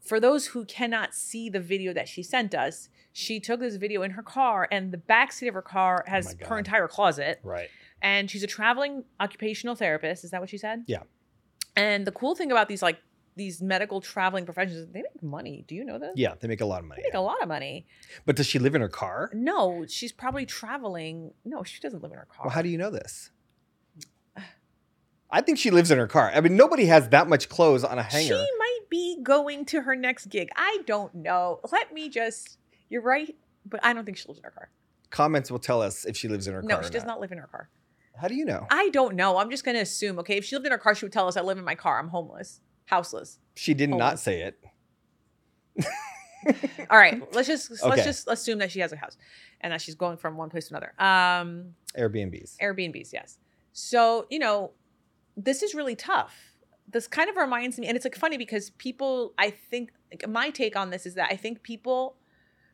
Speaker 1: for those who cannot see the video that she sent us, she took this video in her car, and the backseat of her car has
Speaker 2: Oh my
Speaker 1: her
Speaker 2: God.
Speaker 1: entire closet.
Speaker 2: Right.
Speaker 1: And she's a traveling occupational therapist. Is that what she said?
Speaker 2: Yeah.
Speaker 1: And the cool thing about these, like, these medical traveling professions, they make money. Do you know this?
Speaker 2: Yeah, they make a lot of money.
Speaker 1: They make a lot of money.
Speaker 2: But does she live in her car?
Speaker 1: No, she's probably traveling. No, she doesn't live in her car.
Speaker 2: Well, how do you know this? I think she lives in her car. I mean, nobody has that much clothes on a hanger.
Speaker 1: She might be going to her next gig. I don't know. Let me just. You're right, but I don't think she lives in her car.
Speaker 2: Comments will tell us if she lives in her car.
Speaker 1: No,
Speaker 2: or
Speaker 1: she does not live in her car.
Speaker 2: How do you know?
Speaker 1: I don't know. I'm just gonna assume. Okay, if she lived in her car, she would tell us, "I live in my car. I'm homeless, houseless."
Speaker 2: She did
Speaker 1: Hold on.
Speaker 2: not say it.
Speaker 1: All right, let's just
Speaker 2: Okay.
Speaker 1: let's just assume that she has a house, and that she's going from one place to another. Um,
Speaker 2: Airbnbs.
Speaker 1: Airbnbs, yes. So, you know, this is really tough. This kind of reminds me, and it's like funny because people, I think, like, my take on this is that I think people,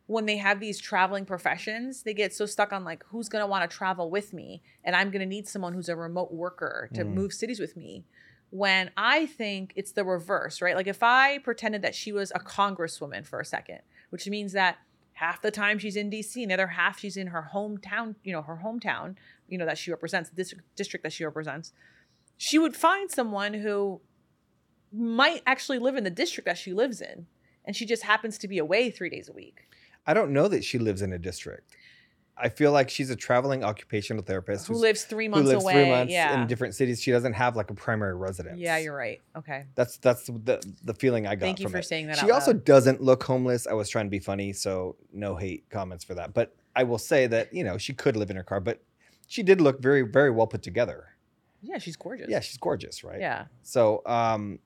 Speaker 1: when they have these traveling professions, they get so stuck on like, who's gonna wanna travel with me? And I'm gonna need someone who's a remote worker to
Speaker 2: Mm.
Speaker 1: move cities with me. When I think it's the reverse, right? Like if I pretended that she was a congresswoman for a second, which means that half the time she's in DC and the other half she's in her hometown, you know, her hometown, you know, that she represents, the district, district that she represents, she would find someone who might actually live in the district that she lives in. And she just happens to be away three days a week.
Speaker 2: I don't know that she lives in a district. I feel like she's a traveling occupational therapist
Speaker 1: Who
Speaker 2: who's-
Speaker 1: lives three
Speaker 2: who
Speaker 1: months
Speaker 2: lives
Speaker 1: away.
Speaker 2: three months
Speaker 1: yeah.
Speaker 2: in different cities. She doesn't have like a primary residence.
Speaker 1: yeah, you're right. Okay.
Speaker 2: That's that's the the feeling I got.
Speaker 1: Thank you
Speaker 2: from
Speaker 1: for
Speaker 2: it.
Speaker 1: saying that.
Speaker 2: She
Speaker 1: out
Speaker 2: also
Speaker 1: loud.
Speaker 2: doesn't look homeless. I was trying to be funny, so no hate comments for that. But I will say that you know she could live in her car, but she did look very very well put together.
Speaker 1: Yeah, she's gorgeous.
Speaker 2: Yeah, she's gorgeous, right?
Speaker 1: Yeah.
Speaker 2: So um,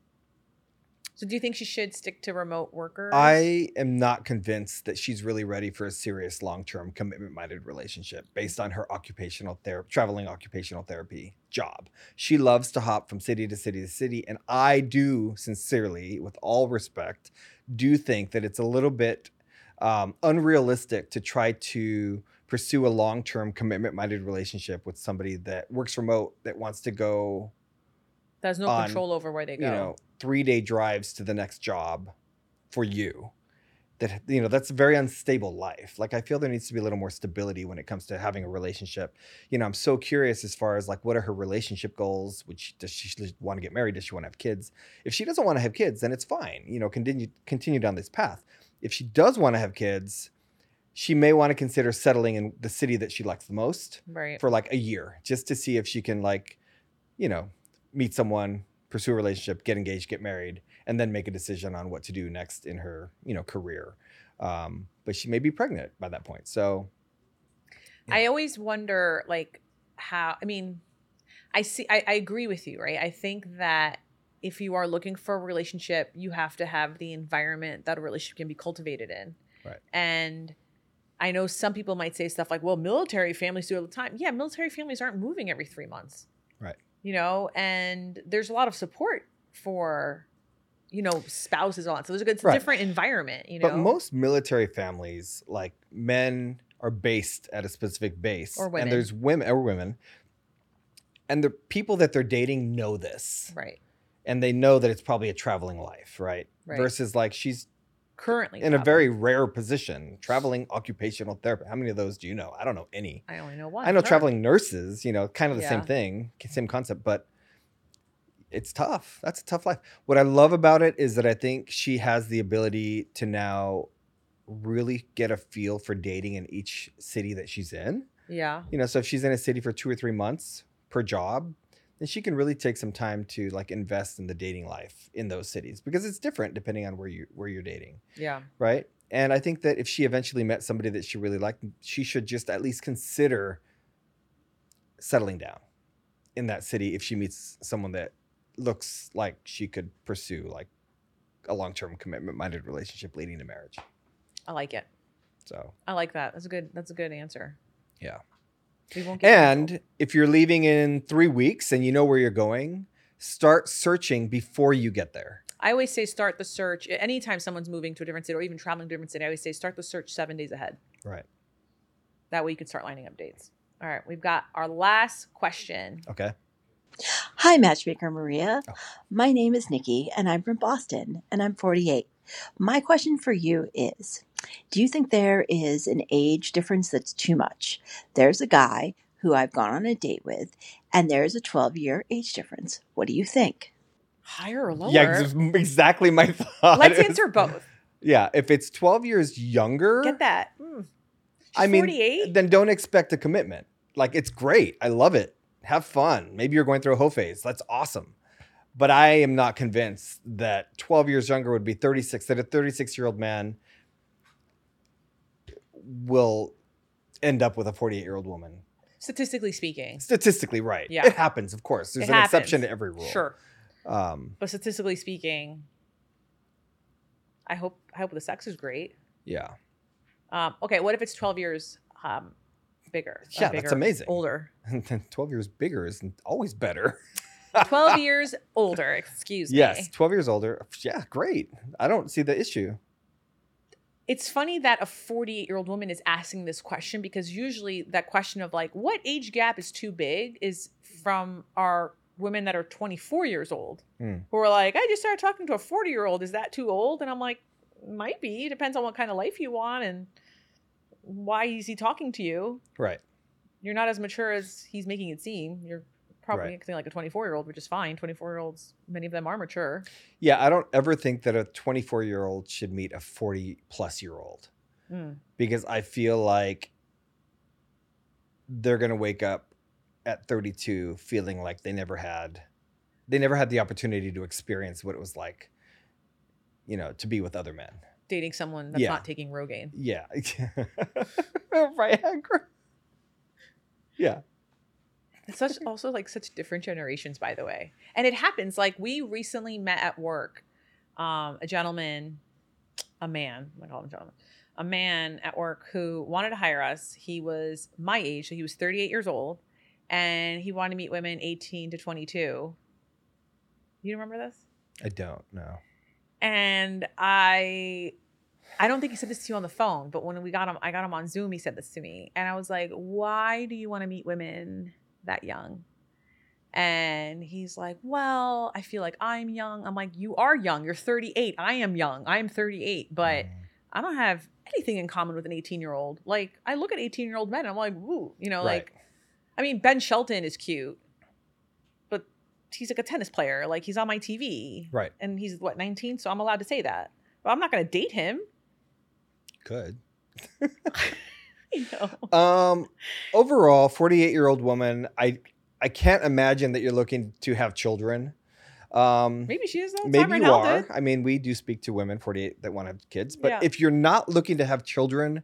Speaker 1: So do you think she should stick to remote workers?
Speaker 2: I am not convinced that she's really ready for a serious long term commitment minded relationship based on her occupational therapy, traveling occupational therapy job. She loves to hop from city to city to city. And I do sincerely, with all respect, do think that it's a little bit um, unrealistic to try to pursue a long term commitment minded relationship with somebody that works remote that wants to go,
Speaker 1: There's no
Speaker 2: on,
Speaker 1: control over where they
Speaker 2: you
Speaker 1: go.
Speaker 2: know, three day drives to the next job for you. That, you know, that's a very unstable life. Like, I feel there needs to be a little more stability when it comes to having a relationship. You know, I'm so curious as far as like, what are her relationship goals? Would she, does she want to get married? Does she want to have kids? If she doesn't want to have kids, then it's fine. You know, continue, continue down this path. If she does want to have kids, she may want to consider settling in the city that she likes the most
Speaker 1: right.
Speaker 2: for like a year just to see if she can like you know meet someone pursue a relationship get engaged get married and then make a decision on what to do next in her you know career um, but she may be pregnant by that point so
Speaker 1: I always wonder, like, how, I mean, I see, I, I agree with you, right? I think that if you are looking for a relationship, you have to have the environment that a relationship can be cultivated in.
Speaker 2: Right.
Speaker 1: And I know some people might say stuff like, well, military families do it all the time. Yeah, military families aren't moving every three months.
Speaker 2: Right.
Speaker 1: You know, and there's a lot of support for, you know, spouses and all that. So there's a good, it's a
Speaker 2: Right.
Speaker 1: different environment, you know,
Speaker 2: but most military families like men are based at a specific base
Speaker 1: Or
Speaker 2: and
Speaker 1: women.
Speaker 2: there's women or women and the people that they're dating know this
Speaker 1: right.
Speaker 2: and they know that it's probably a traveling life right,
Speaker 1: Right.
Speaker 2: versus like she's
Speaker 1: Currently.
Speaker 2: in a
Speaker 1: traveling.
Speaker 2: very rare position, traveling occupational therapist. How many of those do you know? I don't know any.
Speaker 1: I only know one.
Speaker 2: I know
Speaker 1: her.
Speaker 2: traveling nurses, you know, kind of the same
Speaker 1: Oh, Yeah.
Speaker 2: thing, same concept, but it's tough. That's a tough life. What I love about it is that I think she has the ability to now really get a feel for dating in each city that she's in.
Speaker 1: Yeah.
Speaker 2: You know, so if she's in a city for two or three months per job, then she can really take some time to like invest in the dating life in those cities because it's different depending on where you where you're dating
Speaker 1: Yeah.
Speaker 2: right? And I think that if she eventually met somebody that she really liked, she should just at least consider settling down in that city if she meets someone that looks like she could pursue like a long-term commitment-minded relationship leading to marriage.
Speaker 1: I like it.
Speaker 2: So,
Speaker 1: I like that. That's a good. That's a good answer.
Speaker 2: Yeah.
Speaker 1: We won't get canceled.
Speaker 2: and if you're leaving in 3 weeks and you know where you're going, start searching before you get there.
Speaker 1: I always say start the search anytime someone's moving to a different city or even traveling to a different city. I always say start the search seven days ahead.
Speaker 2: Right.
Speaker 1: That way you can start lining up dates. All right, we've got our last question.
Speaker 2: Okay.
Speaker 5: Hi, Matchmaker Maria.
Speaker 2: Oh.
Speaker 5: My name is Nikki, and I'm from Boston, and I'm 48. My question for you is Do you think there is an age difference that's too much? There's a guy who I've gone on a date with, and there's a 12 year age difference. What do you think?
Speaker 1: Higher or lower?
Speaker 2: Yeah, ex- exactly my thought.
Speaker 1: Let's
Speaker 2: is-
Speaker 1: answer both.
Speaker 2: Yeah, if it's 12 years younger,
Speaker 1: Get that. Mm. She's
Speaker 2: I mean,
Speaker 1: 48.
Speaker 2: then don't expect a commitment. Like it's great. I love it. Have fun. Maybe you're going through a hoe phase. That's awesome. But I am not convinced that 12 years younger would be 36, that a 36 year old man will end up with a 48 year old woman.
Speaker 1: Statistically speaking,
Speaker 2: Statistically, right.
Speaker 1: Yeah.
Speaker 2: It happens, of course. There's
Speaker 1: It
Speaker 2: an exception
Speaker 1: happens.
Speaker 2: to every rule.
Speaker 1: sure,
Speaker 2: Um,
Speaker 1: but statistically speaking, I hope I hope the sex is great.
Speaker 2: yeah.
Speaker 1: Um, okay, what if it's 12 years um, bigger? or
Speaker 2: Yeah, that's
Speaker 1: bigger,
Speaker 2: amazing.
Speaker 1: Older.
Speaker 2: And then 12 years bigger is always better.
Speaker 1: 12 years older, excuse me.
Speaker 2: Yes. 12 years older. Yeah, great. I don't see the issue.
Speaker 1: It's funny that a 48 year old woman is asking this question because usually that question of like, what age gap is too big is from our women that are 24 years old
Speaker 2: Hmm.
Speaker 1: who are like, I just started talking to a 40 year old. Is that too old? And I'm like, might be. It depends on what kind of life you want and why is he talking to you.
Speaker 2: Right.
Speaker 1: You're not as mature as he's making it seem. You're probably
Speaker 2: Right.
Speaker 1: acting like a 24 year old, which is fine. 24 year olds, many of them are mature.
Speaker 2: Yeah, I don't ever think that a 24 year old should meet a 40 plus year old because I feel like they're going to wake up at 32 feeling like they never had they never had the opportunity to experience what it was like you know to be with other men
Speaker 1: Dating someone that's
Speaker 2: Yeah.
Speaker 1: not taking Rogaine.
Speaker 2: yeah viagra yeah
Speaker 1: It's such also like such different generations, by the way. And it happens. Like we recently met at work, um, a gentleman, a man, I call him gentleman, a man at work who wanted to hire us. He was my age, so he was 38 years old, and he wanted to meet women 18 to 22. You remember this?
Speaker 2: i don't know
Speaker 1: And I I don't think he said this to you on the phone, but when we got him, I got him on Zoom. He said this to me, and I was like, "Why do you want to meet women that young?" And he's like, "Well, I feel like I'm young." I'm like, "You are young. You're 38. I am young. I'm 38, but
Speaker 2: Mm-hmm.
Speaker 1: I don't have anything in common with an 18 year old. Like, I look at 18 year old men, and I'm like, woo, you know,
Speaker 2: Right.
Speaker 1: like, I mean, Ben Shelton is cute, but he's like a tennis player. Like, he's on my TV,
Speaker 2: right.
Speaker 1: and he's what 19, so I'm allowed to say that. But I'm not going to date him.
Speaker 2: Good.
Speaker 1: You know,
Speaker 2: Um, overall, forty-eight-year-old woman. I I can't imagine that you're looking to have children. Um,
Speaker 1: maybe she is. Though.
Speaker 2: maybe
Speaker 1: Tyron
Speaker 2: you
Speaker 1: Howell
Speaker 2: are.
Speaker 1: did.
Speaker 2: I mean, we do speak to women forty-eight that want to have kids, but
Speaker 1: Yeah.
Speaker 2: if you're not looking to have children,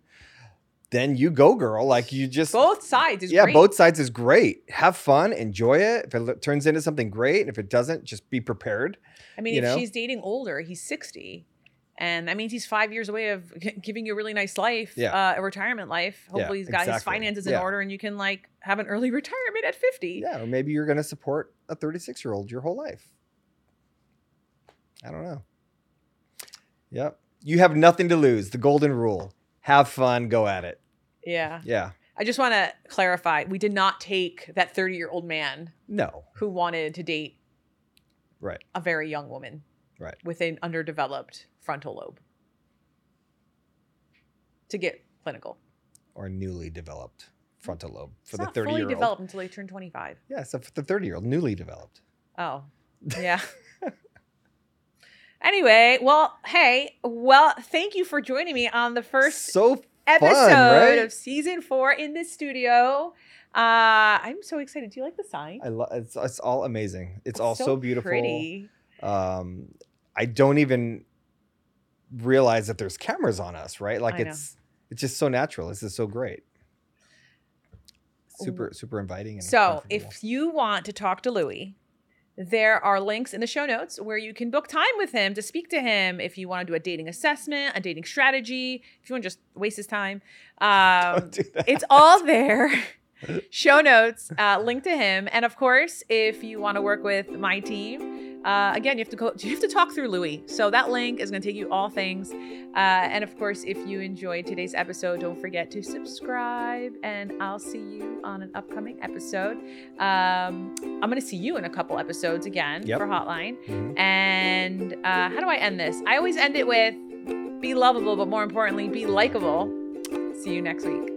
Speaker 2: then you go, girl. Like you just
Speaker 1: Both sides is
Speaker 2: yeah,
Speaker 1: great.
Speaker 2: both sides is great. Have fun, enjoy it. If it lo- turns into something great, and if it doesn't, just be prepared.
Speaker 1: I mean,
Speaker 2: you
Speaker 1: if
Speaker 2: know?
Speaker 1: she's dating older, he's 60. And that means he's five years away of g- giving you a really nice life,
Speaker 2: Yeah.
Speaker 1: uh, a retirement life.
Speaker 2: Yeah,
Speaker 1: Hopefully, he's got his
Speaker 2: exactly.
Speaker 1: finances in
Speaker 2: Yeah.
Speaker 1: order, and you can like have an early retirement at 50.
Speaker 2: Yeah, or maybe you're going to support a 36 year old your whole life. I don't know. Yep. You have nothing to lose. The golden rule have fun, go at it.
Speaker 1: yeah.
Speaker 2: Yeah.
Speaker 1: I just want to clarify: we did not take that 30 year old man
Speaker 2: No.
Speaker 1: who wanted to date
Speaker 2: Right.
Speaker 1: a very young woman,
Speaker 2: Right.
Speaker 1: with an underdeveloped frontal lobe. To get clinical,
Speaker 2: Or newly developed frontal lobe for
Speaker 1: it's
Speaker 2: the
Speaker 1: not
Speaker 2: 30
Speaker 1: fully
Speaker 2: year old.
Speaker 1: developed until they turn 25.
Speaker 2: Yeah, so for the 30 year old, newly developed.
Speaker 1: Oh, yeah. anyway, well, hey, well, thank you for joining me on the first
Speaker 2: so
Speaker 1: episode
Speaker 2: right?
Speaker 1: of season four in the studio. Uh, I'm so excited. Do you like the sign?
Speaker 2: I love it's, it's all amazing. It's all so, beautiful.
Speaker 1: Pretty.
Speaker 2: um i don't even realize that there's cameras on us right like
Speaker 1: I know.
Speaker 2: it's it's just so natural this is so great super super inviting and
Speaker 1: So,
Speaker 2: comfortable.
Speaker 1: if you want to talk to Louis, there are links in the show notes where you can book time with him to speak to him if you want to do a dating assessment, a dating strategy, if you want to just waste his time. Um,
Speaker 2: Don't do that.
Speaker 1: it's all there. Show notes, uh, link to him, and of course, if you want to work with my team, uh, again, you have to go. You have to talk through Louis. So that link is going to take you all things. Uh, and of course, if you enjoyed today's episode, don't forget to subscribe. And I'll see you on an upcoming episode. Um, I'm going to see you in a couple episodes again
Speaker 2: Yep.
Speaker 1: for Hotline.
Speaker 2: Mhm.
Speaker 1: And uh, how do I end this? I always end it with be lovable, but more importantly, be likable. See you next week.